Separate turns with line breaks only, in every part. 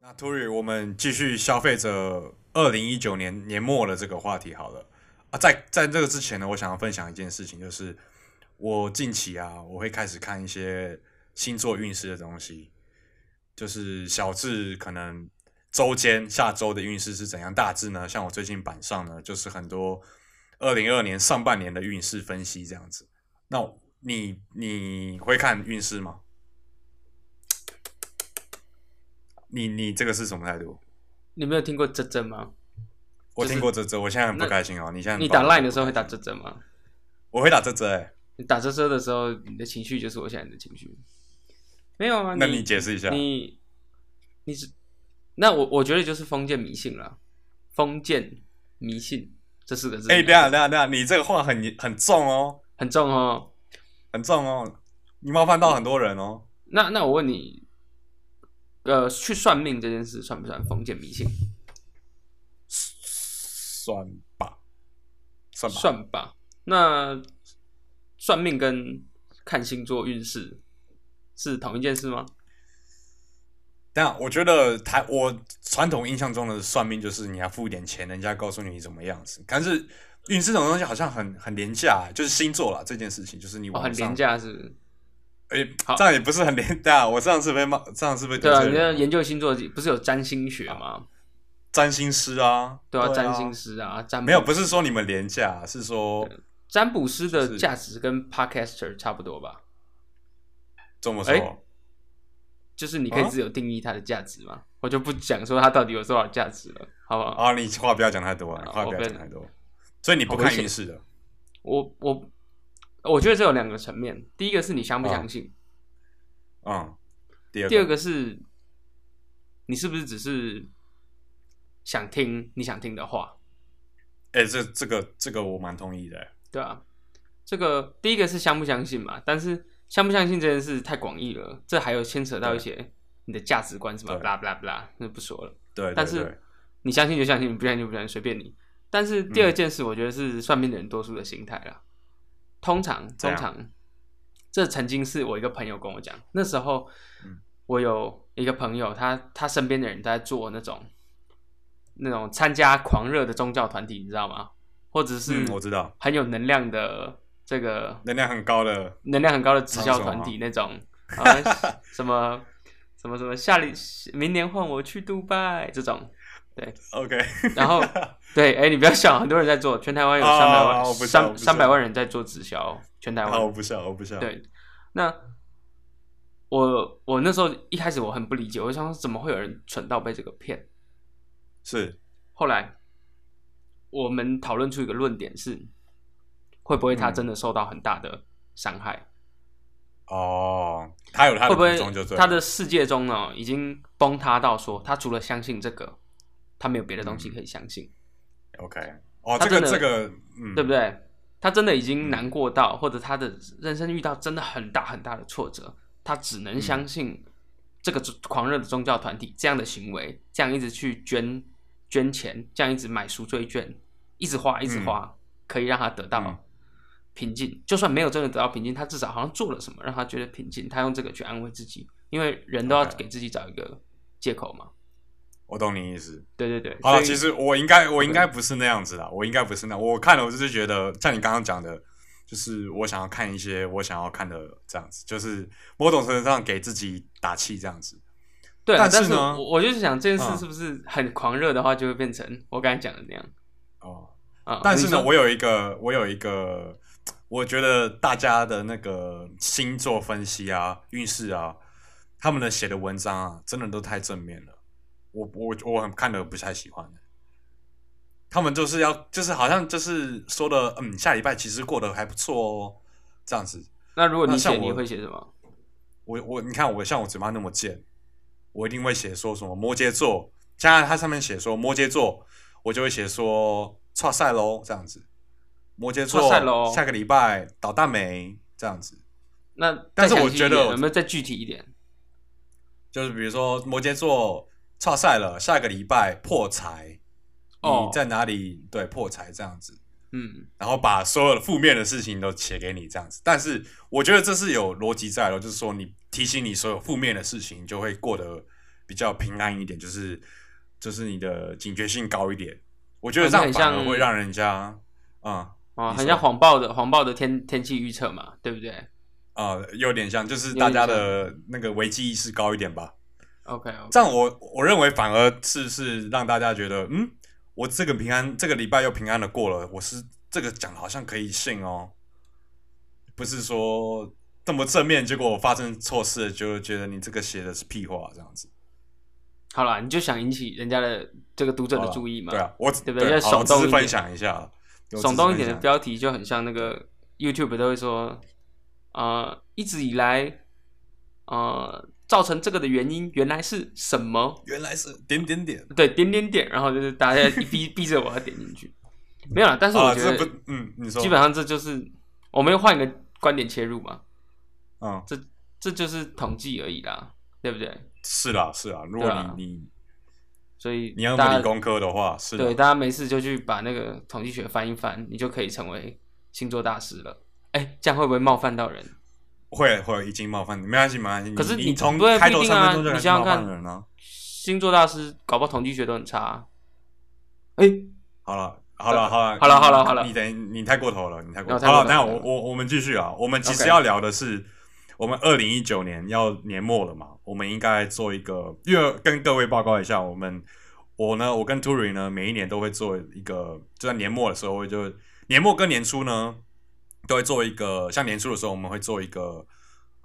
那 t u r i 我们继续消费者二零一九年年末的这个话题好了啊，在在这个之前呢，我想要分享一件事情，就是我近期啊，我会开始看一些星座运势的东西，就是小至可能周间下周的运势是怎样，大致呢，像我最近板上呢，就是很多二零二年上半年的运势分析这样子。那你你会看运势吗？你你这个是什么态度？
你没有听过这这吗？
我
就是
听过这这，我现在很不
那
开心哦。你现在很
你
暴
打
怒
line 的时候会打
不开
这
心
这吗？
我会打这这哎。
你打这这的时候，你的情绪就是我现在的情绪。没有啊，
那
你
你解释一下
你你是那我我觉得就是封建迷信了，封建迷信这四个字，
哎，等一下等一下等一下，你这个话很很重哦，
很重哦。
很重哦，你冒犯到很多人哦。
那那我问你，呃，去算命这件事算不算封建迷信？
算吧，算吧，
算吧。那算命跟看星座运势是同一件事吗？
等一下，我觉得台我传统印象中的算命就是你要付一点钱，人家告诉你怎么样子。但是运势这种东西好像很很廉价，就是星座啦这件事情，就是你
哦，
网
很
上
廉，价是不是？
哎、
好
这样也不是很廉价。我上次被骂，上次被
对啊，
得罪
你
人
要研究星座不是有占星学吗？
占星师啊，
对啊，
啊，
占星师啊，占卜
没有，不是说你们廉价，是说
占卜师的
是
价值跟 podcaster 差不多吧？
这么说。
哎就是你可以
啊
自由定义它的价值嘛，我就不讲说它到底有多少价值了，好不好？
啊，你话不要讲太多了，你
啊
话
我
不要
不要
讲
讲
太多。所以你不
好危
看
险
运势的，
我我我觉得这有两个层面，第一个是你相不相信，
啊嗯。第二
第二
个
个是你是不是只是想听你想听的话，
哎、这这个这个我蛮同意的、
对啊，这个第一个是相不相信嘛，但是相不相信这件事太广义了，这还有牵扯到一些你的价值观什么
对
blah blah blah，那不说了。
对对对。
但是你相信就相信，你不相信就不相信，随便你。但是第
嗯
二件事，我觉得是算命的人多数的心态啦。通常，
怎
通
样
常，这曾经是我一个朋友跟我讲，那时候
嗯
我有一个朋友，他他身边的人在做那种那种参加狂热的宗教团体，你知道吗？或者是
嗯，我知道，
很有能量的这个
能量很高的，
能量很高的直销团体那种， 啊，什么什么什么下里明年换我去杜拜这种，
OK，
然后对，哎、你不要笑，很多人在做，全台湾有三百
啊
万
我不笑我
三
不笑啊
三百万人在做直销，全台
好，我
湾
不笑，我不笑。，
对。那我我那时候一开始我很不理解，我想说怎么会有人蠢到被这个骗？
是，
后来我们讨论出一个论点是，会不会他
嗯
真的受到很大的伤害？
哦，他有他
会
的
不
苦衷就
会
对了
他的世界中呢已经崩塌到说他除了相信这个，他没有别的
嗯
东西可以相信，
OK，哦，
他
这个
真的
这个，嗯，
对不
对？
对？他真的已经难过到，或者他的人生遇到真的很大很大的挫折，他只能相信
嗯
这个狂热的宗教团体这样的行为，这样一直去捐捐钱，这样一直买赎罪券，一直花一直花，可以让他得
嗯
到平静。就算没有真的得到平静，他至少好像做了什么让他觉得平静，他用这个去安慰自己，因为人都要
OK
给自己找一个借口嘛。
我懂你意思。
对对对，
好了，
所
其
以
实我应该我应该不是那样子啦，我应该不是那，我看了我就是觉得像你刚刚讲的，就是我想要看一些我想要看的这样子，就是某种程度上给自己打气这样子。
对啊，
但
但
是
是
呢
我我就是想这件事
嗯
是不是很狂热的话，就会变成我刚才讲的那样
哦，
啊？
但是
你
呢，
说
我有一个，我有一个，我觉得大家的那个星座分析啊、运势啊，他们的写的文章啊，真的都太正面了，我我我很看的不太喜欢。他们就是要，就是好像就是说的，嗯，下礼拜其实过得还不错哦，这样子。
那如果
那
你
像
写，你
我
会写什么？
我我你看我像我嘴巴那么贱，我一定会写说什么摩羯座，加上它上面写说摩羯座，我就会写说错赛喽这样子，摩羯座
挫赛咯
下个礼拜倒大霉这样子，
那再
但是
详
我
细
觉
一
得
点
我
有没有再具体一点？
就是比如说摩羯座错赛了，下个礼拜破财，
哦
你在哪里？对，破财这样子。
嗯，
然后把所有的负面的事情都写给你这样子。但是我觉得这是有逻辑在的，就是说你提醒你所有负面的事情，就会过得比较平安一点，就是就是你的警觉性高一点。我觉得
啊
这
那
样
很
反而
像
会让人家啊啊、
哦，
你说
很像谎报的谎报的天天气预测嘛，对不对
呃有点像，就是
点
大家的那个危机意识高一点吧。
？OK OK，
这样我我认为反而是是让大家觉得，嗯，我这个平安这个礼拜又平安的过了，我是这个讲得好像可以信哦，不是说这么正面，结果我发生错事了，就觉得你这个写的是屁话这样子。
好啦，你就想引起人家的这个读者的注意嘛，
对啊，我
嗯对不对要
好我
耸
只
动
是
一
分
点
享一下，我只
耸
是
动一
分
点的
享
标题就很像那个 YouTube 都会说，呃，一直以来，呃，造成这个的原因原来是什么？
原来是点点点。
对，点点点，然后就是大 家一逼逼着我要点进去，没有啦，但是
啊，
我觉
这
得
不，嗯，你说，
基本上这就是我们又换一个观点切入嘛，
嗯，
这这就是统计而已啦，对不对？
是啦，是啦。如果
对啊
你你
所以
你要
大
么
家
理工科的话，是
对，
的，
大家没事就去把那个统计学翻一翻，你就可以成为星座大师了。哎，这样会不会冒犯到人？
会会已经冒犯你，没关系，没关系。
可是
你
你
从
不会
开
不一
头
定
三
啊
分钟就
你
开始
想
冒
想
犯
看
人啊了。
星座大师搞不好统计学都很差、啊。哎，
好了，好了，
呃
好了，
好了
你
好了好了
你等你太过头了，你太过
我
头。
太过
好了，
头
那
了
我我我们继续啊，我们其实
OK
要聊的是。我们二零一九年要年末了嘛，我们应该做一个，因为跟各位报告一下，我们我呢，我跟 Turi 呢，每一年都会做一个，就在年末的时候，我就年末跟年初呢，都会做一个，像年初的时候，我们会做一个，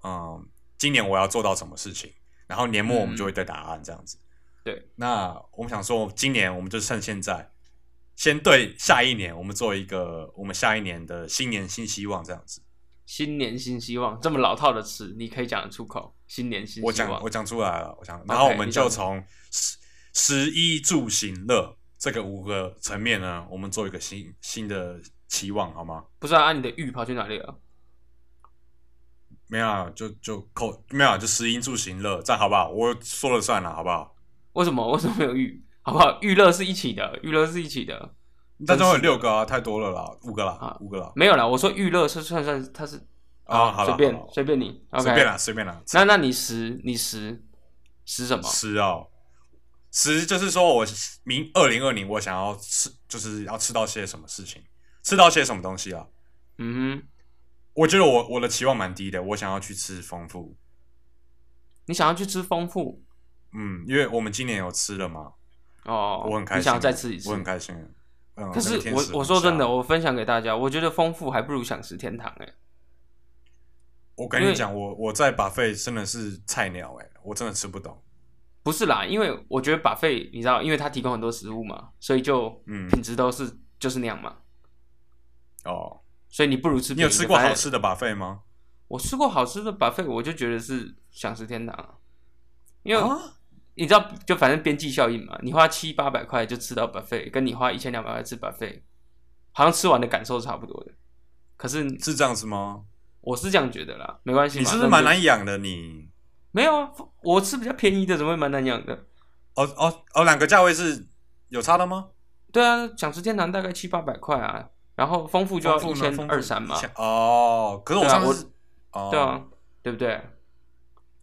嗯，今年我要做到什么事情，然后年末我们就会对答案这样子。
嗯对，
那我们想说，今年我们就趁现在，先对下一年，我们做一个我们下一年的新年新希望这样子。
新年新希望，这么老套的词，你可以讲得出口。新年新
我
希
讲
望
我，讲出来了，我讲，然后我们
你
就
讲
从十十一住行乐这个五个层面呢，我们做一个新新的期望，好吗？
不知道啊，你的玉跑去哪里了？
没有啊，就就扣没有啊，就十一住行乐，这样好不好？我说了算了，好不好？
为什么 为什么没有玉？好不好？娱乐是一起的，娱乐是一起的，
但中有
真是的
六个啊，太多了啦，五个啦
啊，
五个啦，
没有啦。我说娱乐是算算它是
啊好了
哦随
好
便
了
随便你，OK，
随便啦，随便啦，
那那你十你十十什么？
吃哦，吃就是说我明二零二零我想要吃，就是要吃到些什么事情，吃到些什么东西啊？
嗯哼，
我觉得我我的期望蛮低的，我想要去吃丰富，
你想要去吃丰富
嗯，因为我们今年有吃了嘛，
哦，
我很开心，啊
你想要再吃一次，
我很开心。嗯，
可是
那个天使
我我
很
说真的，
香，
我分享给大家，我觉得丰富还不如享食天堂哎、
我跟你讲，我我在把费真的是菜鸟哎、我真的吃不懂。
不是啦，因为我觉得把费你知道，因为它提供很多食物嘛，所以就
嗯
品质都是就是那样嘛，
哦，
所以你不如吃。
你有吃过好？吃的把费吗？
我吃过好吃的把费，我就觉得是享食天堂啊，因为、
啊，
你知道，就反正边际效应嘛，你花七八百块就吃到 buffet，跟你花一千两百块吃 buffet，好像吃完的感受差不多的。可是
是这样子吗？
我是这样觉得啦，没关系嘛。
你是不
那
是
就
蛮？难养的你？
没有啊，我吃比较便宜的，怎么会蛮难养的？
哦哦哦，两个价位是有差的吗？
对啊，想吃天堂大概七八百块啊，然后丰富就要一
丰富呢
千
丰富
二三嘛，
1000哦，可是我
对啊
上次是、哦，
对，啊，对不对？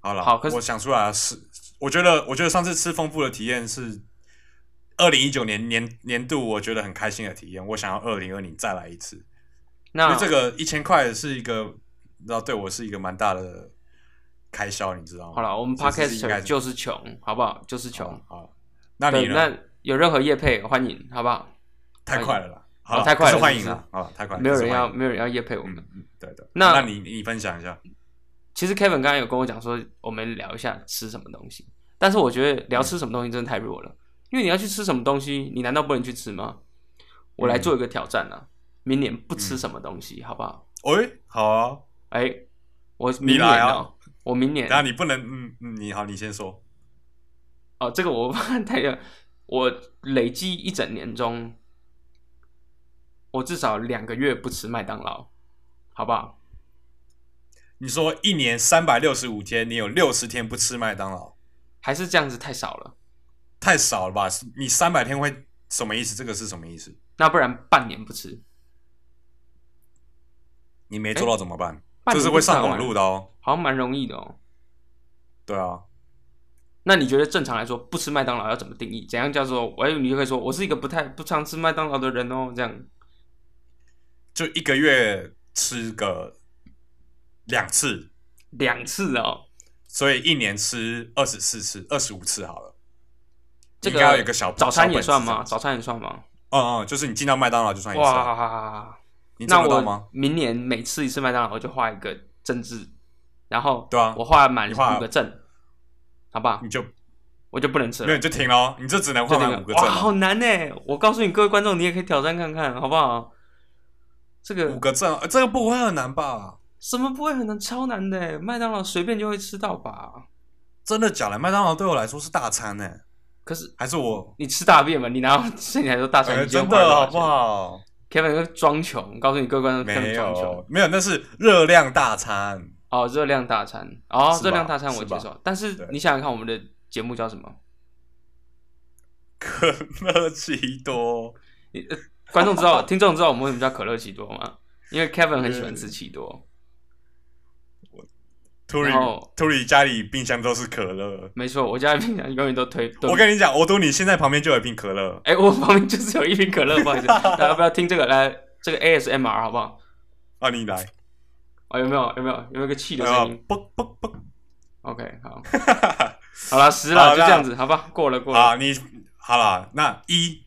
好了，
好可是
我想出来了是，我觉得我觉得上次吃丰富的体验是二零一九年年年度我觉得很开心的体验，我想要二零二零再来一次，因
那
为这个一千块是一个，你知道对我是一个蛮大的开销，你知道吗？
好了，我们
这是应该
podcast
是
就是穷，好不好？就是
好
穷
了。好了，那你
对，
呢？
那有任何业配欢迎，好不好？
太快了啦，好
啊太快了
可是欢迎
是不是
啦，好了，太快了，
没有
可
人
是
要，
欢迎
没有人要业配我们。
嗯嗯，对对，
那
那你你分享一下，
其实 Kevin 刚刚有跟我讲说，我们聊一下吃什么东西，但是我觉得聊吃什么东西真的太弱了，因为你要去吃什么东西，你难道不能去吃吗？我来做一个挑战啊，明年不吃什么东西，好不好？
喂、好啊。
哎、我
你
明年
来啊
哦我明年
等下你不能，嗯嗯，你好，你先说。
哦，这个我太热，我累积一整年中，我至少两个月不吃麦当劳，好不好？
你说一年三百六十五天，你有六十天不吃麦当劳，
还是这样子太少了，
太少了吧？你三百天会什么意思？这个是什么意思？
那不然半年不吃，
你没做到怎么办？
半
这
年
是
不啊
会
吃
上
好
网
玩
路的哦。
好像蛮容易的哦。
对啊，
那你觉得正常来说，不吃麦当劳要怎么定义？怎样叫做？哎，你就可以说我是一个不太不常吃麦当劳的人哦，这样。
就一个月吃个两次，
两次哦，
所以一年吃二十四次、二十五次好了。
这
应该要有一个小
早餐也算
小
吗？
本子
早餐也算吗？
嗯嗯，就是你进到麦当劳就算一次，啊
哇！
你
那
做得到吗
我？明年每吃一次麦当劳，我就画一个政治，然后
对啊
我画满
你画
五个正，好吧，
你就
我就不能吃
没有
了
你。就停喽，你就只能
啊就
换
那
满
个
五个啊
哇，
证
好
了，
难呢！欸我告诉你各位观众，你也可以挑战看看，好不好？这个
五个证，呃这个不会很难吧？
什么不会很难，超难的。麦当劳随便就会吃到吧？
真的假的？麦当劳对我来说是大餐呢，
可是
还是我？
你吃大便嘛？你哪有剩下来说大餐？
呃
你今天
真
花了
的好
多少钱
不好？
？Kevin 哥装穷，告诉你各位观众
没
，Kevin 装穷
有，没有，那是热量大餐。
哦，热量大餐哦
是，吧
热量大餐我
是
接
吧
受，但是
对
你想想看，我们的节目叫什么？
可乐奇多，
观众知道，听众知道我们为什么叫可乐奇多吗？因为 Kevin 很喜欢吃奇多，
突
然后
然突然家里冰箱都是可乐。
没错，我家的冰箱永远都推。都
我跟你讲，我赌你现在旁边就有一瓶可乐。
哎、我旁边就是有一瓶可乐，不好意思，大家不要听这个，来这个 ASMR 好不好？
啊，你来，
哦，有没有有没有有没有一个气的
啊
声音，
啵啵啷。
？OK，好， 好了，十了，
好
就这
那
样子，好吧，过了过了。
啊，你好啦，那一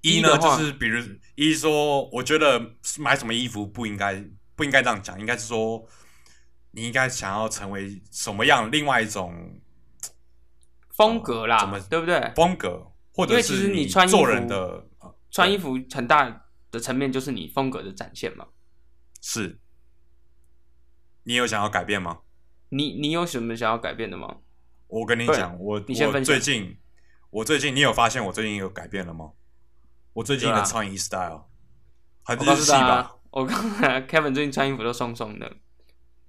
一
一
呢，
的
就
话
是比如一说，我觉得买什么衣服不应该不应该这样讲，应该是说你应该想要成为什么样另外一种
风格啦，
怎么
对不对？
风格，或
因
者
为其实
是
你穿衣服
做人的呃
穿衣服很大的层面就是你风格的展现嘛。
是。你有想要改变吗？
你你有什么想要改变的吗？
我跟你
对
讲，我
你先
我
分享
最近我最近，你有发现我最近有改变了吗？我最近
对
的
啊
穿衣 style 很
我
日
告诉
系
大
吧
家，，我告诉大家，Kevin 最近穿衣服都松松的，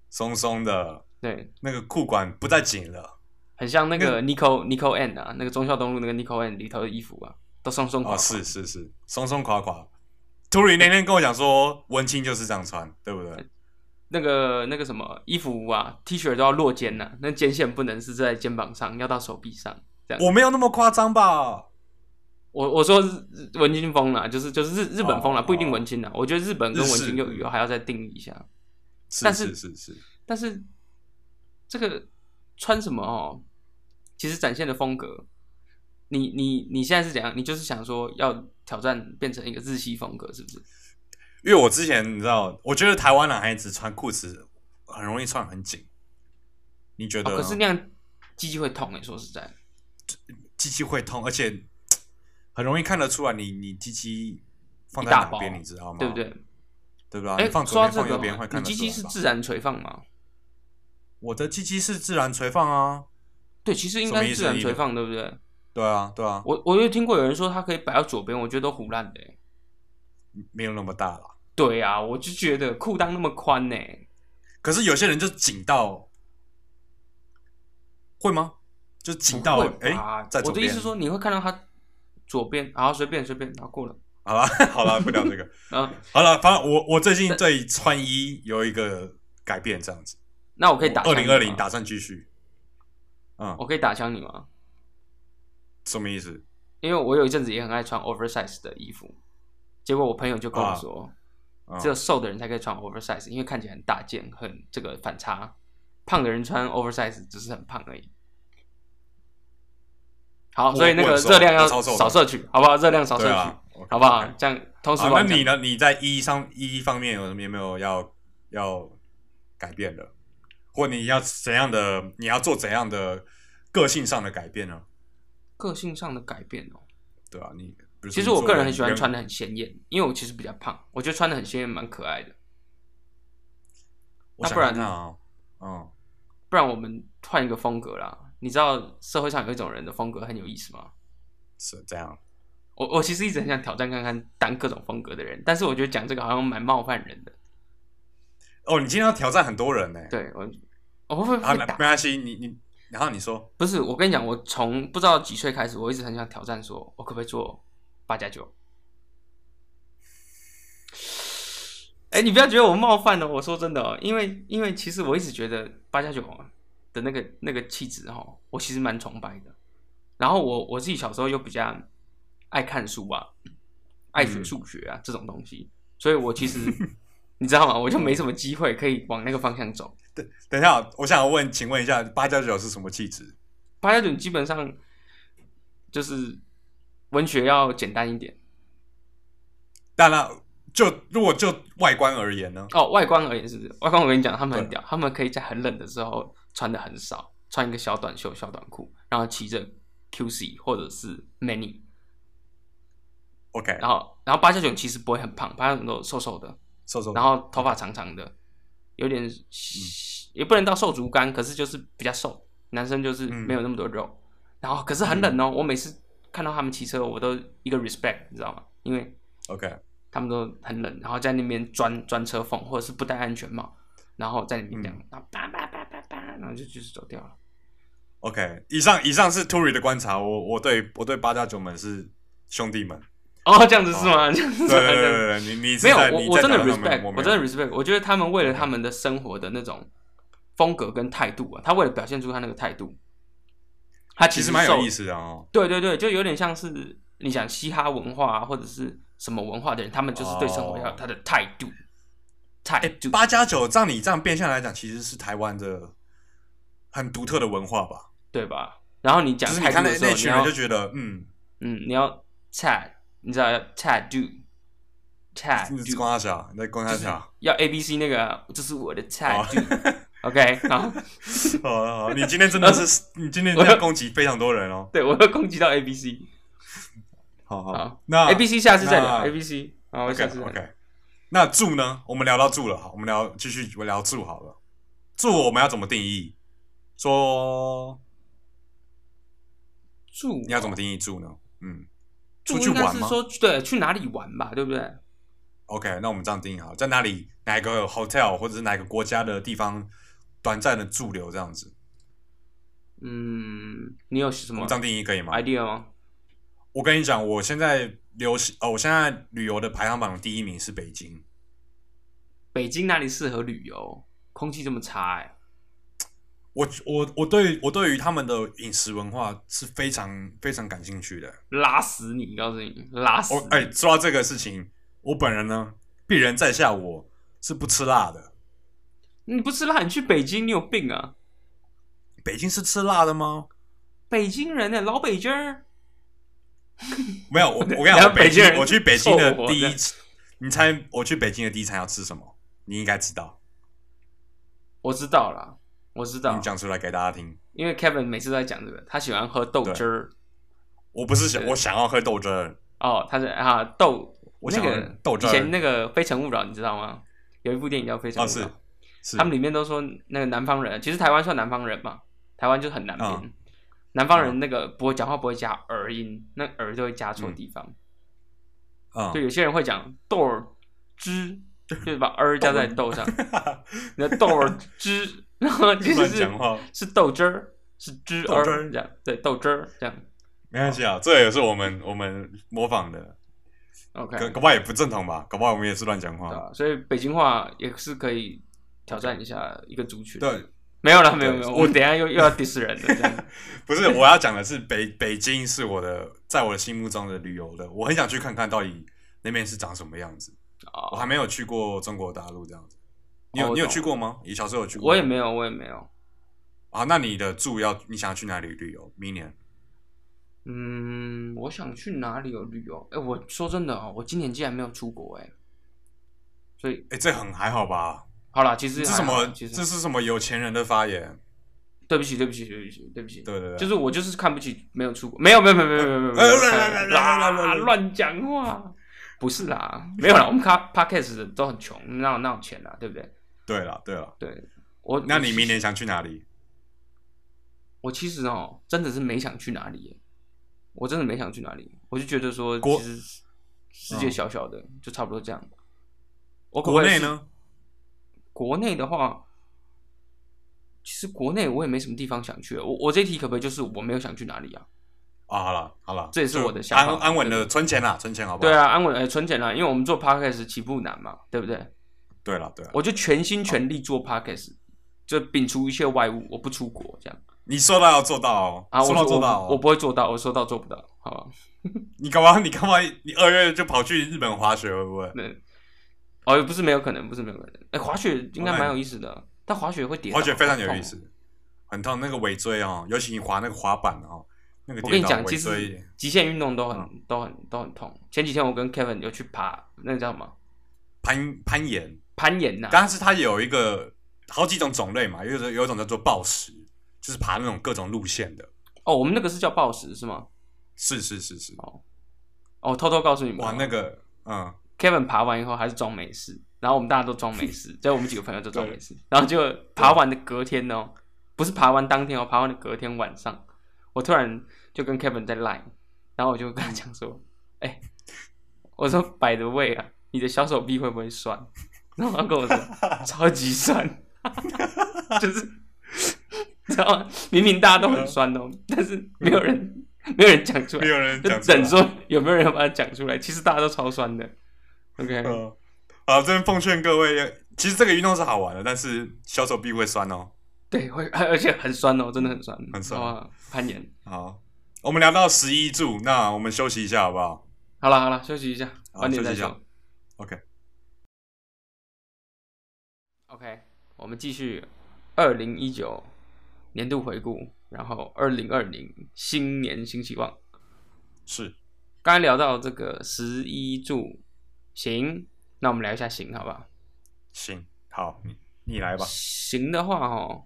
松松的，
对，
那个裤管不再紧了。
很像那个 Nico Nico N 啊，那个忠孝东路那个 Nico N 里头的衣服啊，都松松垮
哦，
垮
是是是，松松垮垮。图里那天跟我讲说，文青就是这样穿，对不对？
那个那个什么衣服啊，T 恤都要落肩呐、那肩线不能是在肩膀上，要到手臂上。
我没有那么夸张吧？
我我说日文青风啦，就是就是日日本风啦，
哦
不一定文青啦。我觉得日本跟
日
文
式
青又以后还要再定义一下。
是
但是
是是是，
但是这个穿什么哦，其实展现的风格，你你你现在是怎样？你就是想说要挑战变成一个日系风格，是不是？
因为我之前你知道，我觉得台湾男孩子穿裤子很容易穿很紧，你觉得
哦、
呢？
可是那样鸡鸡会痛哎、说实在，
哦鸡鸡会痛，而且嘖很容易看得出来你你鸡鸡放在
一大
哪边，
包
你知道吗？
对不对？
对吧？
哎、
啊你放左
说到
边
这
放右
个
边
哦
会，看
你
得
鸡
出来
鸡是
吧
自然垂放吗？
我的鸡鸡是自然垂放啊，
对，其实应
什
该
么意
是
思
自然垂放，对不对？
对啊对啊，
我我有听过有人说它可以摆到左边，我觉得都胡乱的、欸。
没有那么大啦。
对啊，我就觉得裤裆那么宽呢、
可是有些人就紧到，会吗？就紧到
不会
哎、
吧
在
我
左
的
边。
意思说，你会看到它左边，然后随便随便，然后过了，嗯
好了 好了，不聊这 个。
然后
好了，反正我我最近对穿衣有一个改变，这样子。
那我可以打
二
枪你
零
吗哦
二零打算继续。嗯，
我可以打枪你吗？
什么意思？
因为我有一阵子也很爱穿 oversize 的衣服，结果我朋友就跟我说，
嗯
只有瘦的人才可以穿 oversize，因为看起来很大件，很这个反差。胖的人穿 oversize 只是很胖而已。好，
我
所以那
我
个
很瘦
热量要
我超瘦的
少摄取，好不好？热量少摄
对
取，
啊，OK，
好不好
OK？
这样同时
好，那
往
你呢？你在衣上衣方面有什么有没有要要改变的，或你要怎样的？你要做怎样的个性上的改变呢？
个性上的改变哦。
对啊，你比如说
其实
你
我
做
个人很喜欢
人
穿的很鲜艳，因为我其实比较胖，我觉得穿的很鲜艳蛮可爱的。
我
那
想
不然
看看啊，嗯，
不然我们换一个风格啦。你知道社会上有一种人的风格很有意思吗？
是这样。
我我其实一直很想挑战看看当各种风格的人，但是我觉得讲这个好像蛮冒犯人的。
哦，你今天要挑战很多人呢、
对我，我会不
啊，
会
那
打
没？关系，你你，然后你说，
不是，我跟你讲，我从不知道几岁开始，我一直很想挑战，说我可不可以做八加九？哎、你不要觉得我冒犯哦，我说真的哦，因为因为其实我一直觉得八加九的那个那个气质哈，我其实蛮崇拜的。然后我我自己小时候又比较爱看书啊，爱学数学啊、这种东西，所以我其实 你知道吗？我就没什么机会可以往那个方向走。
等等一下，我想问，请问一下，八加九是什么气质？
八加九基本上就是文学要简单一点
当然，就如果就外观而言呢？
哦。外观而言是不是？外观我跟你讲，他们很屌，他们可以在很冷的时候穿的很少，穿一个小短袖、小短裤，然后骑着 QC 或者是 Many，
OK，
然后然后八加九其实不会很胖，八加九都瘦瘦的，
瘦瘦，
然后头发长长的，有点、也不能到瘦竹竿，可是就是比较瘦。男生就是
嗯
没有那么多肉，然后可是很冷哦。我每次看到他们骑车，我都一个 respect，你知道吗？因为
OK，
他们都很冷，然后在那边钻钻车缝，或者是不戴安全帽，然后在里面这样，
嗯
然后叭叭叭叭叭，然后就就是走掉了。
OK，以上以上是 Turi 的观察，我我对我对八加九们是兄弟们，
哦，这样子是吗？这样
对对
子是吗这样
对
子
对对，你你是
没有，
在
我
你
我
在
真的
打他们
respect，
我没
我
有
真的 respect。我觉得他们为了他们的生活的那种风格跟态度啊，他为了表现出他那个态度，他
其实
实
蛮有
受
意思的哦。
对对对，就有点像是你想嘻哈文化、啊、或者是什么文化的人，他们就是对生活要有
哦
他的态度，态度。
八加九，照你这样变相来讲，其实是台湾的很独特的文化吧。
对吧？然后你讲
就是你
啊态
看
度
那
的时候，
那
你
群人
要
就觉得，嗯，
嗯，你要态，你知道要态度，态
你是
度
光他小，你在光他小。
要 A B C 那个啊，这是我的态
好，
度。OK，然后
好好好，你今天真的是，你今天这样攻击非常多人哦。
对我又攻击到 A B C，
好
好
好，那
A B C 下次再聊
啊那
A B C，好，我
OK
下次再聊
OK，那住呢？我们聊到住了，好，我们聊继续聊住好了。住我们要怎么定义？说
住
你要怎么定义住呢？嗯，
住
出去
应该
玩
是
吗
说对去哪里玩吧，对不对？
？OK，那我们这样定义好，在哪里哪一个 hotel 或者是哪一个国家的地方短暂的驻留这样子，
嗯，你有什
我
么
们这样定义可以吗？
idea 吗？
我跟你讲，我现在流行哦，我现在旅游的排行榜第一名是北京。
北京哪里适合旅游？空气这么差、欸，
我我我对我对于他们的饮食文化是非常非常感兴趣的。
拉死你！告诉你，拉死
我
你！
哎、说到这个事情，我本人呢，鄙人在下我是不吃辣的。
你不吃辣，你去北京，你有病啊！
北京是吃辣的吗？
北京人呢、欸老北京儿，
没有，我我跟你
然
讲，
后
我北
北京
京
人
我去北京的
臭我
第
这
一
样，
你猜我去北京的第一餐要吃什么？你应该知道，
我知道啦，我知道
你，讲出来给大家听。
因为 Kevin 每次都在讲这个，他喜欢喝豆汁儿
我不是想我想要喝豆汁儿，
哦，他是啊豆，
我
那
想要
个
豆汁
以
儿
前那个《非诚勿扰》，你知道吗？有一部电影叫《非诚勿
哦
扰》
是是
他们里面都说那个南方人，其实台湾算南方人嘛，台湾就很南边，
嗯
南方人那个不会讲话不会加儿音，那儿就会加错地方。
嗯
就有些人会讲豆儿汁，就是把儿加在豆 上，那豆儿汁， 然后其实
乱
是
讲话，
是豆汁儿，是汁
豆汁
儿
儿
这样，对豆汁儿这样。
没关系啊，这也是我们我们模仿的，
OK，
搞
对
搞不好也不正统吧，搞不好我们也是乱讲话。
啊，所以北京话也是可以挑战一下一个族群。
对，
没有了，没有没有，
对
我们等一下又又要 diss 人了这样。
不是我要讲的是北北京是我的，在我的心目中的旅游的，我很想去看看到底那边是长什么样子。我
哦，
还没有去过中国大陆这样子，你
哦
有
我
你有
懂
去过吗？你小时候有去过吗？
我也没有，我也没有。
啊。那你的住要你想要去哪里旅游？明年
嗯，我想去哪里有旅游？哎，我说真的哦，我今年竟然没有出国哎，所以
哎，这很还好吧？
好啦，其实
这
还
什
好
么？
其实
这是什么有钱人的发言？
对不起，对不起，对不起，对不起，
对对对，
就是我就是看不起没有出国，没有没有没有没有没有没有没有
呃
开
呃
玩
呃
笑啦
呃呃呃
乱讲话，不是啦，没有啦，我们卡 podcast 的都很穷，哪有哪有钱啦，对不对？
对了对了，
对我，
那
我
你
嗯其
明
实
年想去哪里？
我其实哦，真的是没想去哪里耶，我真的没想去哪里，我就觉得说，
国
其实世界
嗯
小小的，就差不多这样。我可不
国
可以
内
是
呢？
国内的话，其实国内我也没什么地方想去了。我我这一题可不可以就是我没有想去哪里啊？
啊，好了好了，
这也是
就
我的想法
安安稳
对
的存钱啦，存钱好不好？
对啊，安稳哎，存钱啦，因为我们做 podcast 起步难嘛，对不对？
对了对了，
我就全心全力做 podcast，就摒除一切外物，我不出国这样
你说到要做到哦，
啊。我
说到
说
做
我
到哦。
我不会做到，我说到做不到，好吧？
你干嘛？你干嘛？你二月就跑去日本滑雪，会不会？
那哦，也不是没有可能，不是没有可能。哎、滑雪应该
哦那
蛮有意思的，但滑雪会跌倒，
滑雪非常
好
有
痛
意
哦
思，很痛，那个尾椎哦，尤其你滑那个滑板哦，那个
我跟
跌
你
倒
讲，
尾
其
椎
实，极限运动都很、
嗯
都很都很痛。前几天我跟 Kevin 有去爬那个叫什么
攀攀岩，
攀岩呐、
但是它有一个好几种种类嘛，有一种有一种叫做暴食，就是爬那种各种路线的，
哦，我们那个是叫暴食是吗？
是是是是，
哦，偷偷告诉你们哦，
哇，那个嗯，
Kevin 爬完以后还是装没事，然后我们大家都装没事，就我们几个朋友都装没事，然后就爬完的隔天呢、哦，不是爬完当天哦，爬完的隔天晚上，我突然就跟 Kevin 在 line，然后我就跟他讲说，哎、我说摆的位啊，你的小手臂会不会酸？然后他跟我说超级酸， 就是， 知道吗？明明大家都很酸哦，但是没有人没有人讲出来
没，有 人
就
讲出来
等说有没有人把它讲出来。其实大家都超酸的。OK，、
嗯，好，这边奉劝各位，其实这个运动是好玩的，但是小手臂会酸哦。
对，会 而且很酸哦，真的很酸，
很酸
好不好攀岩。
好，我们聊到十一柱，那我们休息一下好不好？
好了好了，休息一下，
好
晚点
休
再
息一下
说。
OK。
OK，我们继续二零一九年度回顾，然后二零二零新年新希望。
是，
刚才聊到这个十一住行，那我们聊一下行好不好？
行，好，你你来吧。
行的话哦，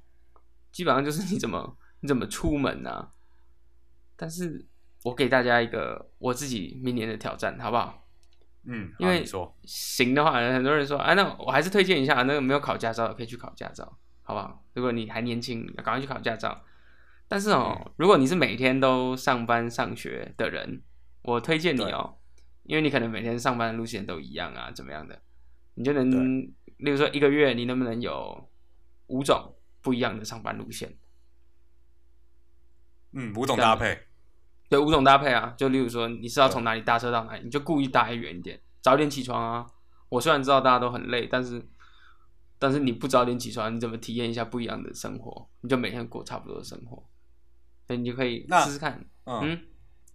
基本上就是你怎么 你怎么出门啊。但是我给大家一个我自己明年的挑战，好不好？
嗯，好
因为
你说
行的话，很多人说，啊，那我还是推荐一下，那个没有考驾照的可以去考驾照，好不好？如果你还年轻，赶快去考驾照。但是哦，如果你是每天都上班上学的人，我推荐你哦，因为你可能每天上班的路线都一样啊，怎么样的，你就能，例如说一个月，你能不能有五种不一样的上班路线？
嗯，五种
这样
搭
的
配，
对，五种搭配啊，就例如说你是要从哪里搭车到哪里，你就故意搭远一点，早点起床啊。我虽然知道大家都很累，但是但是你不早点起床，你怎么体验一下不一样的生活？你就每天过差不多的生活，所以你就可以
那
试试看。
嗯，
嗯，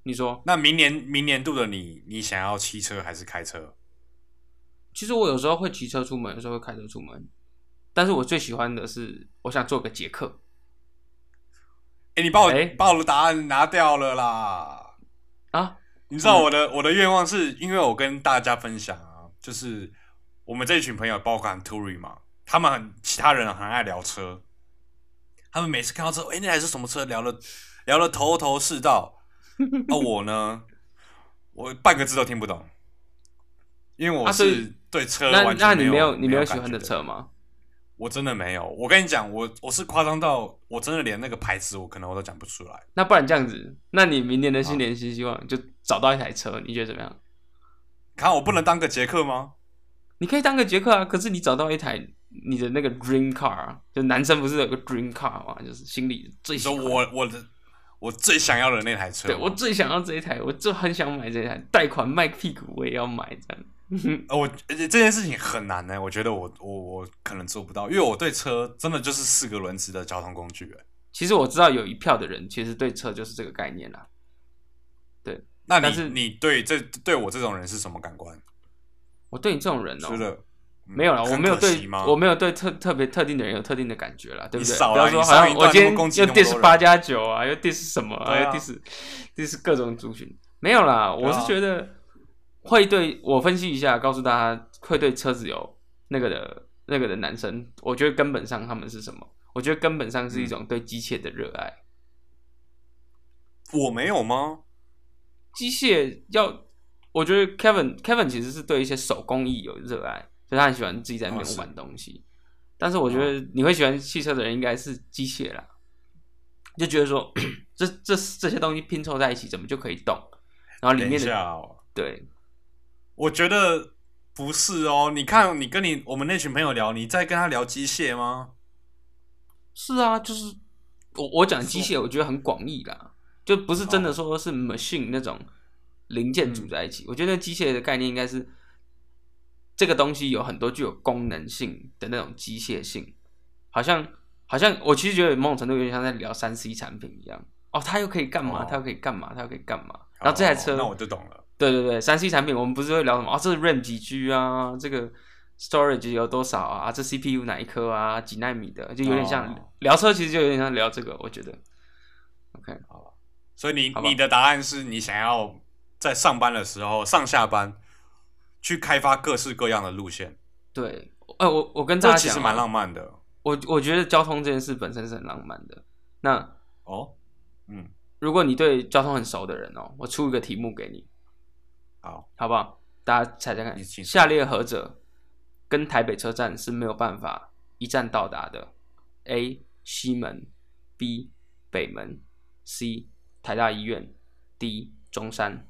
你说，
那明年明年度的你，你想要骑车还是开车？
其实我有时候会骑车出门，有时候会开车出门，但是我最喜欢的是，我想做个捷克。
哎、你把我、
哎
把我的答案拿掉了啦！
啊，
你知道我的、我的愿望是，因为我跟大家分享啊，就是我们这一群朋友，包括 Turi 嘛，他们很其他人很爱聊车，他们每次看到车，哎、那台是什么车？聊了聊了头头是 道。啊，我呢，我半个字都听不懂，因为我
啊所以
是对车
那
完
那
全
你没
有、
你
没
没
有
喜
感
欢
觉
的车吗？
我真的没有，我跟你讲，我我是夸张到我真的连那个牌子我可能我都讲不出来。
那不然这样子，那你明年的
啊
新年新希望就找到一台车，你觉得怎么样？
看我不能当个杰克吗？
你可以当个杰克啊，可是你找到一台你的那个 dream car 啊，就男生不是有个 dream car 嘛，就是心里最
你
喜
说
欢。
我我的我最想要的那台车吗，
对我最想要这一台，我就很想买这一台，贷款卖屁股我也要买这样。
呃我而且这件事情很难呢、我觉得我我我可能做不到，因为我对车真的就是四个轮子的交通工具、欸。
其实我知道有一票的人其实对车就是这个概念啦，
那
但
你
是
你对这对我这种人是什么感官？
我对你这种人哦、
觉得、嗯
没有啦，
很
我没有
可惜
对
吗，
我没有对特特别特定的人有特定的感觉啦，对不
你
对？
少
不
啦
要说
你
好
上
像
一
我
段
今
那
天
么攻击
又
那么多
diss
人
八加九啊，又 diss 什么
对
又
啊
diss diss 各种族群，没有啦。
对啊
我是觉得会对我分析一下，告诉大家会对车子有那个的那个的男生，我觉得根本上他们是什么？我觉得根本上是一
嗯
种对机械的热爱。
我没有吗？
机械要，我觉得 Kevin Kevin 其实是对一些手工艺有热爱，所以他很喜欢自己在那
哦
边
是哦
玩东西。但是我觉得你会喜欢汽车的人应该是机械啦，就觉得说 这这这些东西拼凑在一起怎么就可以动，然后里
等一
面的
下、哦，
对
我觉得不是哦。你看，你跟你我们那群朋友聊，你在跟他聊机械吗？
是啊，就是我我讲机械，我觉得很广义啦，就不是
哦
真的说是 machine 那种零件
嗯
组在一起。我觉得机械的概念应该是这个东西有很多具有功能性的那种机械性，好像好像我其实觉得某种程度有点像在聊三 C 产品一样。哦，它又可以干嘛？
哦
它又可以干嘛？它又可以干嘛？然后这台车，
哦那我就懂了。
对对对，三 C 产品我们不是会聊什么啊？这是 RAM 几 G 啊？这个 storage 有多少啊？啊这 CPU 哪一颗啊？几纳米的？就有点像、
哦
聊车，其实就有点像聊这个，我觉得。OK，
所以你
好吧
你的答案是你想要在上班的时候上下班去开发各式各样的路线，
对，呃，我我跟大
这
家
其
讲
实
啊，
蛮浪漫的
我我觉得交通这件事本身是很浪漫的。那
哦。嗯，
如果你对交通很熟的人哦，我出一个题目给你，
好，
好不好？大家猜猜看，
你请说
下列何者跟台北车站是没有办法一站到达的？A. 西门，B. 北门，C. 台大医院，D. 中山。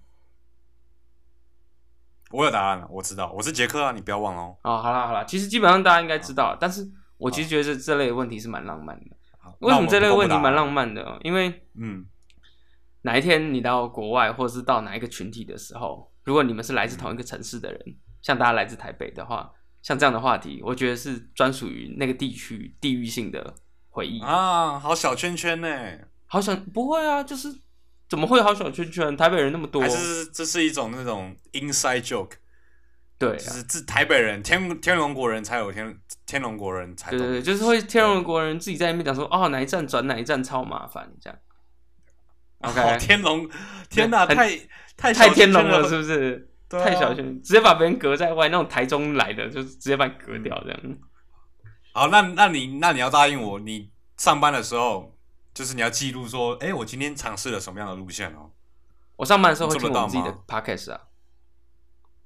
我有答案了，我知道，我是杰克啊，你不要忘了哦。
哦，好啦好啦，其实基本上大家应该知道，但是我其实觉得这这类的问题是蛮浪漫的。
好
为什么这类问题蛮？
那我们
浪漫的哦？因为
公布答案嗯，
哪一天你到国外，或者是到哪一个群体的时候，如果你们是来自同一个城市的人，像大家来自台北的话，像这样的话题，我觉得是专属于那个地区地域性的回忆。
啊，好小圈圈呢、
好想不会啊，就是怎么会好小圈圈？台北人那么多
还，是这是一种那种 inside joke，就
对啊，
是自台北人天天龙国人才有天天龙国人才
对
懂，
对对，就是会天龙国人自己在那边讲说，哦，哪一站转哪一站超麻烦 这样。OK，、
哦天龙，天哪，
很
太太
太
小圈
天
圈
龙了
了
是不是？
对啊
太小圈，直接把别人隔在外，那种台中来的就直接把你隔
嗯
掉这样。
好，那那你那你要答应我，你上班的时候就是你要记录说，哎、我今天尝试了什么样的路线哦。
我上班的时候会
你做
听
得
我们自己
到
的
吗
podcast 啊，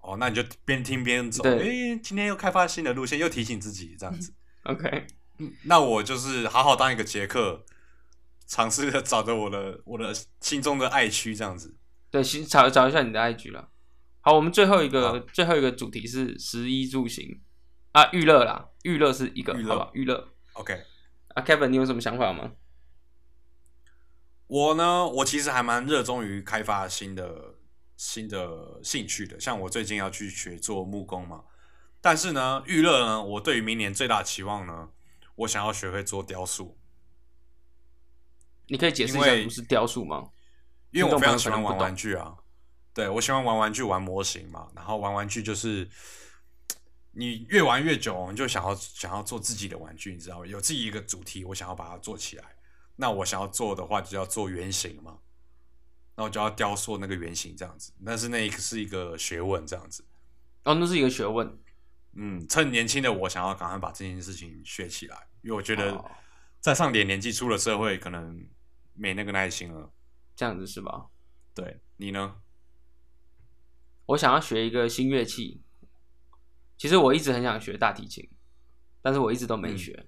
哦，那你就边听边走，哎、
对
今天又开发新的路线，又提醒自己这样子。
OK，
嗯那我就是好好当一个杰克，尝试着找着我的我的心中的爱区这样子。
对，先找找一下你的 IG 了。好，我们最后一
好
个最后一个主题是食衣住行啊，娱乐啦，娱乐是一个
娱，乐
好吧？娱乐
OK，
啊，Kevin，你有什么想法吗？
我呢，我其实还蛮热衷于开发新的新的兴趣的，像我最近要去学做木工嘛。但是呢，预热呢，我对于明年最大的期望呢，我想要学会做雕塑，
你可以解释一
因
下
为
什么是雕塑吗？
因为我非常喜欢
听众朋友可能不
玩
懂
玩具啊。对，我喜欢玩玩具、玩模型嘛，然后玩玩具就是你越玩越久，你就想要想要做自己的玩具，你知道吗？有自己一个主题，我想要把它做起来。那我想要做的话，就要做原型嘛，那我就要雕塑那个原型这样子。但是那一个是一个学问这样子。
哦，那是一个学问，
嗯，趁年轻的我想要赶快把这件事情学起来，因为我觉得
哦
再上点年纪出了社会，可能没那个耐心了。
这样子是吧？
对你呢？
我想要学一个新乐器，其实我一直很想学大提琴，但是我一直都没
嗯
学。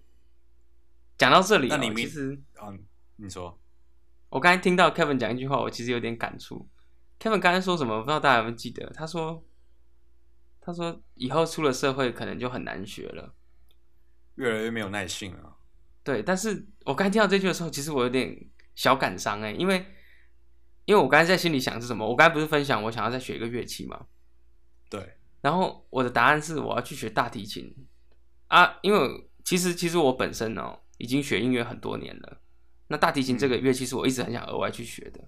讲到这里
那
哦、
你明
其实
嗯，你说
我刚才听到 Kevin 讲一句话，我其实有点感触。Kevin 刚才说什么？我不知道大家有没有记得？他说，他说以后出了社会可能就很难学了。
越来越没有耐性了。
对，但是我刚才听到这句的时候，其实我有点小感伤哎、因为因为我刚才在心里想是什么？我刚才不是分享我想要再学一个乐器吗？
对，
然后我的答案是我要去学大提琴啊，因为其实其实我本身哦已经学音乐很多年了，那大提琴这个乐器是我一直很想额外去学的，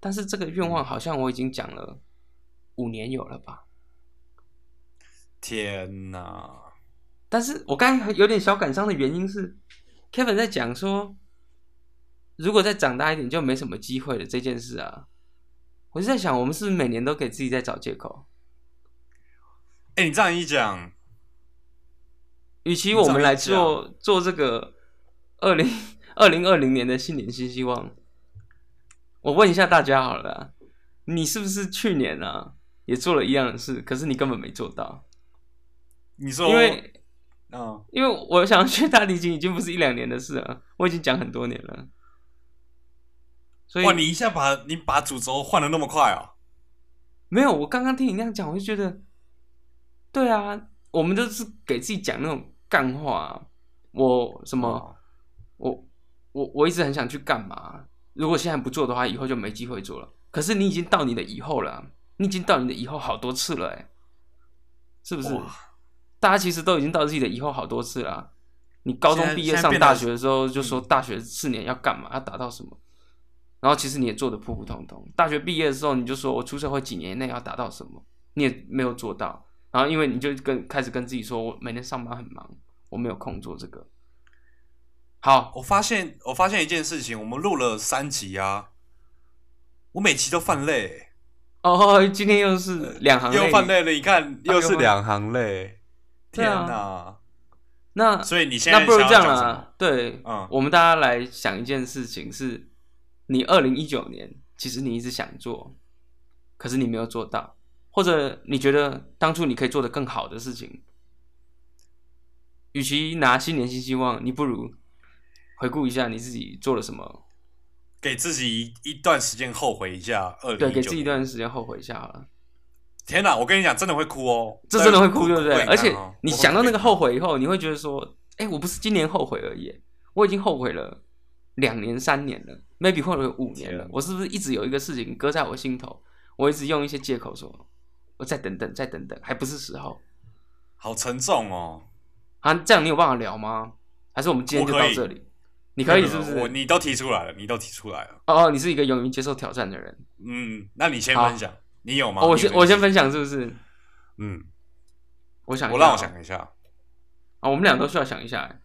但是这个愿望好像我已经讲了五年有了吧。
天哪！
但是我刚才有点小感伤的原因是，Kevin 在讲说，如果再长大一点就没什么机会了这件事啊，我就在想，我们是不是每年都给自己在找借口？
哎、你这样一讲，
与其
你
我
这么
们
一
来做做这个二零 二零二零年的新年新希望，我问一下大家好了啊，你是不是去年啊也做了一样的事，可是你根本没做到？
你说，
因为
嗯，
因为我想学大提琴已经不是一两年的事了，我已经讲很多年了，所以
哇，你一下把你把主轴换的那么快啊！
没有，我刚刚听你那样讲，我就觉得，对啊，我们都是给自己讲那种干话啊、我什么
哦，
我我我一直很想去干嘛？如果现在不做的话，以后就没机会做了。可是你已经到你的以后了啊，你已经到你的以后好多次了、欸，哎，是不是
哇？
大家其实都已经到自己的以后好多次了啊、你高中
现在
毕业
现在
上
变
大
得嗯
学的时候就说大学四年要干嘛，要达到什么，然后其实你也做的普普通通。大学毕业的时候你就说我出社会几年内要达到什么，你也没有做到。然后因为你就跟开始跟自己说，我每天上班很忙，我没有空做这个。好，
我发现我发现一件事情，我们录了三集啊，我每集都犯累、
哦，今天又是两行
呃又
泪啊
犯累了，你看
又
又是
犯
两行泪，
对
天
啊
哪！
那
所以你现在
那不如
想
这
要
样啊
讲什
啦
么，
对，
嗯
我们大家来想一件事情是，你二零一九年其实你一直想做，可是你没有做到，或者你觉得当初你可以做的更好的事情，与其拿新年新希望，你不如回顾一下你自己做了什么，
给自己一一段时间后悔一下，二
对，
零
给自己一。段时间后悔一下好了。
天哪，我跟你讲，真的会哭哦，
这真的会哭，对不
我
对？
会
而且
看哦
你
我会
想到那个后
哭
悔以后，你会觉得说，哎，我不是今年后悔而已，我已经后悔了两年、三年了，maybe 或者五年
天
了
哪。
我是不是一直有一个事情搁在我心头？我一直用一些借口说，我再等等，再等等，还不是时候
好沉重哦。
啊？这样你有办法聊吗？还是我们今天就
我可
到
以
这里？你可以
没有
是不
没有我
是？
你都提出来了，你都提出来了。
哦，你是一个勇于接受挑战的人。
嗯，那你先
好
分享，你有吗？
哦，我
你有
先
没有
我先分享是不是？
嗯，
我想一下
我让我
哦
想一下。
啊，我们俩都需要想一下，哎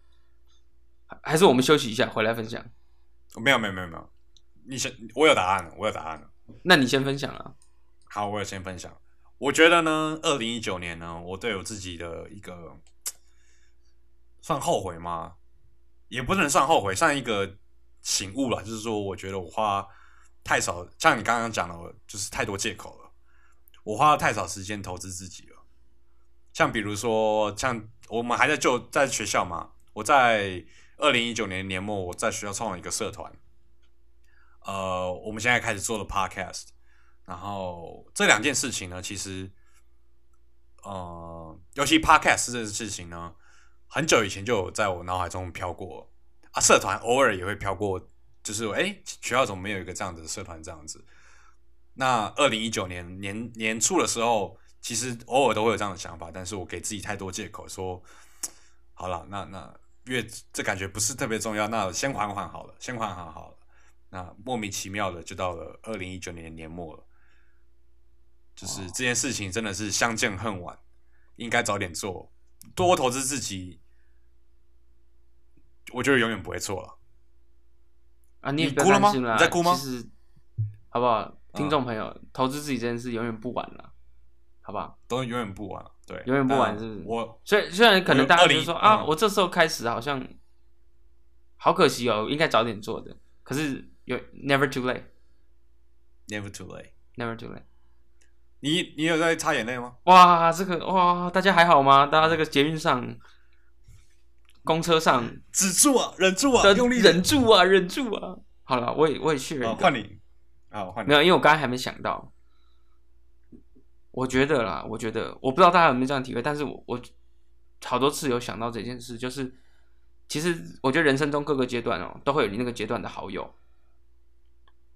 还还是我们休息一下回来分享？
没有没有没有没有，你先，我有答案了，我有答案了。
那你先分享啊。
好，我也先分享。我觉得呢，二零一九年呢，我对我自己的一个算后悔吗？也不能算后悔，算一个醒悟了。就是说，我觉得我花太少，像你刚刚讲的，我就是太多借口了。我花了太少时间投资自己了。像比如说，像我们还在就在学校嘛，我在二零一九年年末，我在学校创了一个社团。呃，我们现在开始做了 podcast。然后这两件事情呢，其实，呃，尤其 podcast 这件事情呢，很久以前就有在我脑海中飘过啊。社团偶尔也会飘过，就是哎，学校怎么没有一个这样的社团这样子？那二零一九年年年初的时候，其实偶尔都会有这样的想法，但是我给自己太多借口说，好了，那那越这感觉不是特别重要，那先缓缓好了，先缓缓好了。那莫名其妙的就到了二零一九年年末了，
哦
就是这件事情真的是相见恨晚，应该早点做，多投资自己，我觉得永远不会错了。
啊，你也
你
不要
哭了
担
吗
心啦
你在哭吗嗯
其实，好不好？听众朋友，投资自己这件事永远不晚了，好不好？
都永远不晚，对，
永远不晚
那
是不是
我
虽虽然可能大家就说
20
啊，
嗯
我这时候开始好像好可惜哦，应该早点做的。可是有 never too late，never
never too late。
too late。
你你有在擦眼泪吗？
哇，这个哇，大家还好吗？大家这个捷运上、公车上，
止住啊，忍住啊，
大家
用力
忍住啊，忍住啊！好了，我也我也去
啊，
了。
换你啊，换你
没有，因为我刚才还没想到。我觉得啦，我觉得我不知道大家有没有这样体会，但是我我好多次有想到这件事，就是其实我觉得人生中各个阶段哦，都会有你那个阶段的好友，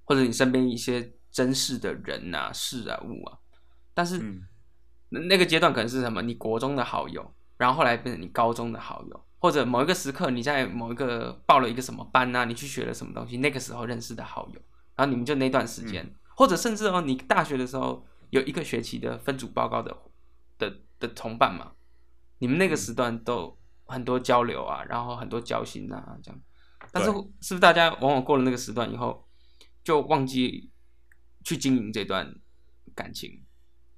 或者你身边一些珍视的人啊、事啊、物啊，但是、
嗯
那那个阶段可能是什么？你国中的好友，然后后来变成你高中的好友，或者某一个时刻你在某一个报了一个什么班啊，你去学了什么东西，那个时候认识的好友，然后你们就那段时间，
嗯
或者甚至哦，你大学的时候有一个学期的分组报告的的的同伴嘛，你们那
嗯
个时段都很多交流啊，然后很多交心啊，这样。但是
对
是不是大家往往过了那个时段以后，就忘记去经营这段感情、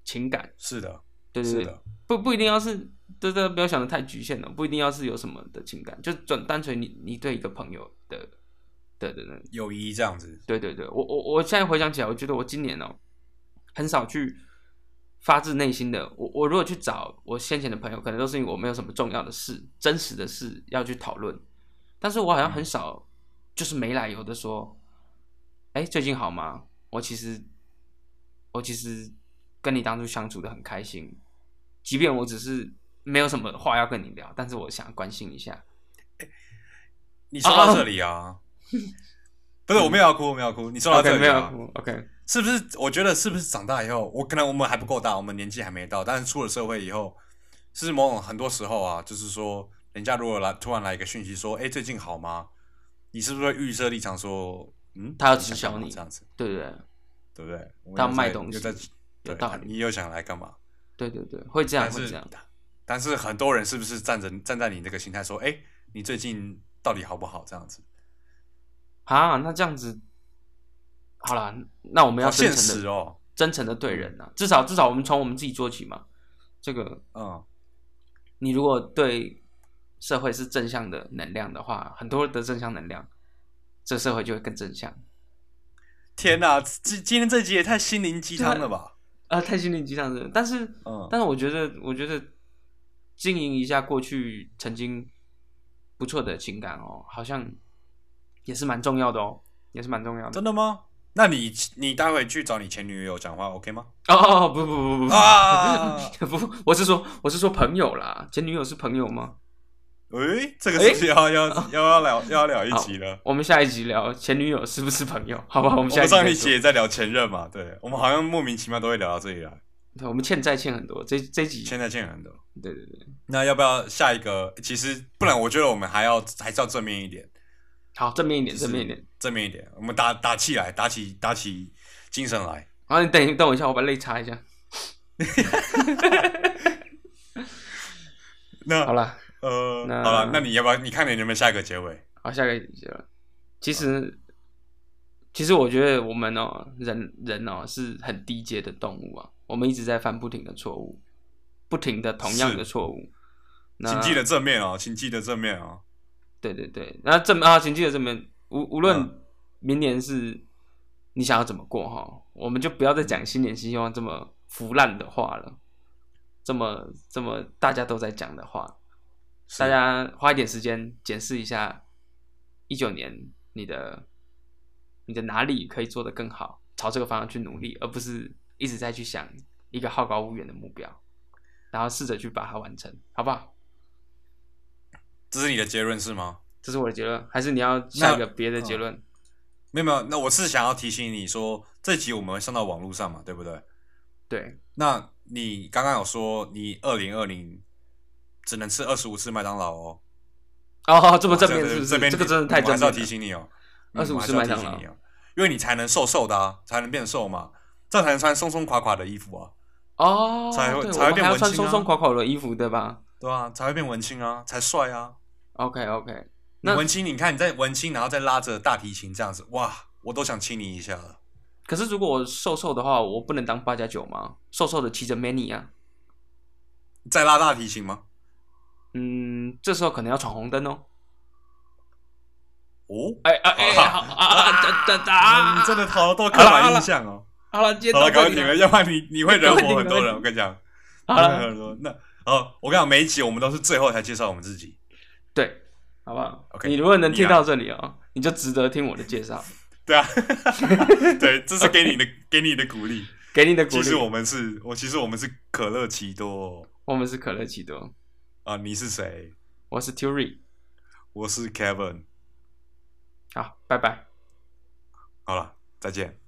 情感？
是的，
对对
是
对
的，，
不不一定要是，对对，不要想的太局限了，不一定要是有什么的情感，就转单纯你你对一个朋友的的的的
友谊这样子，
对对对，我我我现在回想起来，我觉得我今年哦、很少去发自内心的。我我如果去找我先前的朋友，可能都是因为我没有什么重要的事、真实的事要去讨论。但是我好像
嗯
很少，就是没来由的说，哎、最近好吗？我其实我其实跟你当初相处的很开心，即便我只是没有什么话要跟你聊，但是我想关心一下。
你说到
啊
这里 啊，不是我没有要哭，我没有要哭。你说到
OK，
这里
没有
啊，
OK，
是不是？我觉得是不是长大以后，我可能我们还不够大，我们年纪还没到，但是出了社会以后，是某种很多时候啊，就是说人家如果来突然来一个讯息说，哎、最近好吗？你是不是会预设立场说，嗯，
他要
想
知晓
干嘛
你
这样子，
对对
对不对？我们
他要
又
卖
在
东
又在
西
对，
有道
他
理
你又想来干嘛？
对对对，会这样
但
会
是
这样，
但是很多人是不是站着站在你这个心态说，哎、你最近到底好不好？这样子，
啊，那这样子，好啦，那我们要
好
真
现
诚
实
的、
哦，
真诚的对人呐、啊至少至少我们从我们自己做起嘛。这个
嗯，
你如果对社会是正向的能量的话，很多的正向能量，这社会就会更正向。
天哪、今今天这集也太心灵鸡汤了吧？
啊，太心灵鸡汤是，但是，
嗯
但是我觉得，我觉得经营一下过去曾经不错的情感哦，好像也是蛮重要的哦，也是蛮重要的
真。的吗？那你你待会去找你前女友讲话，OK 吗？
哦哦哦，不不不不不
啊
不，我是说我是说朋友啦，前女友是朋友吗？
诶、这个是不是要、要 要要聊要聊一集了？
我们下一集聊前女友是不是朋友，好不好？我们
我
下一
们
集再
上一
说
集也在聊前任嘛，对，我们好像莫名其妙都会聊到这里来，
对，我们欠债欠很多，这这一集
现在见很多。
对对对，
那要不要下一个？其实不然，我觉得我们还要还是要正面一点，
好正面一点，
就是
正面一点。
正面一点，我们打打气来，打起打起精神来。
然后你等一等我一下，我把泪擦一下。
那
好了。
呃，
那
好了，那你要不要？你看你能不能下一个结尾？
好，下个结论。其实，其实我觉得我们哦，人人哦是很低阶的动物啊，我们一直在犯不停的错误，不停的同样的
是
错误。那
请记得正面哦，请记得正面哦。
对对对，那这么啊，请记得这么，无无论
嗯
明年是你想要怎么过哈、我们就不要再讲新年新希望这么腐烂的话了，这么这么大家都在讲的话。
是
大家花一点时间检视一下一九年你的你的哪里可以做得更好，朝这个方向去努力，而不是一直在去想一个好高骛远的目标，然后试着去把它完成，好不好？
这是你的结论是吗？
这是我的结论，还是你要下一个别的
嗯
结论？
没有没有，那我是想要提醒你说，这集我们会上到网络上嘛，对不对？
对，
那你刚刚有说你二零二零只能吃二十五次麦当劳哦，
哦，这么正
这
面是不是？
这边
这个真的太
我还
正
是要
面
提
了。
醒你哦，
25
嗯我还
次
是要
麦当
提醒
劳
你哦，因为你才能瘦瘦的啊，才能变瘦嘛，这样才能穿松松垮垮的衣服啊，
哦，
才会
对，
才
我
会
们
变
还要
文
穿
青啊
松松垮垮的衣服，对吧
对啊，才会变文青啊，才帅啊。
？OK OK，
你
那
文青，你看你在文青，然后再拉着大提琴这样子，哇，我都想亲你一下了。
可是如果我瘦瘦的话，我不能当八加九吗？瘦瘦的骑着 many 啊。
再拉大提琴吗？
嗯，这时候可能要闯红灯哦。
哦，
哎哎哎，好啊啊啊！哒哒啊！
你嗯真的逃到刻
好了好
板
了
印象哦。
好了，今天
好
到
了，赶嗯
这
快
里
你
了
们，要不然你你会惹火很多
赶快你们
人。我跟你讲，
好
你会惹火
了，
很多人。那好，我跟你讲，每一集我们都是最后才介绍我们自己。
对，好不好
OK，
你如果能
你
听
来
到这里哦，你就值得听我的介绍，
对啊，对，这是给你的给你的鼓励。
给你的鼓
其
励
实。我们是，我其实我们是可乐奇多
我们是可乐奇多，
啊。你是谁？
我是 Turi，
我是 Kevin。
好，拜拜。
好了，再见。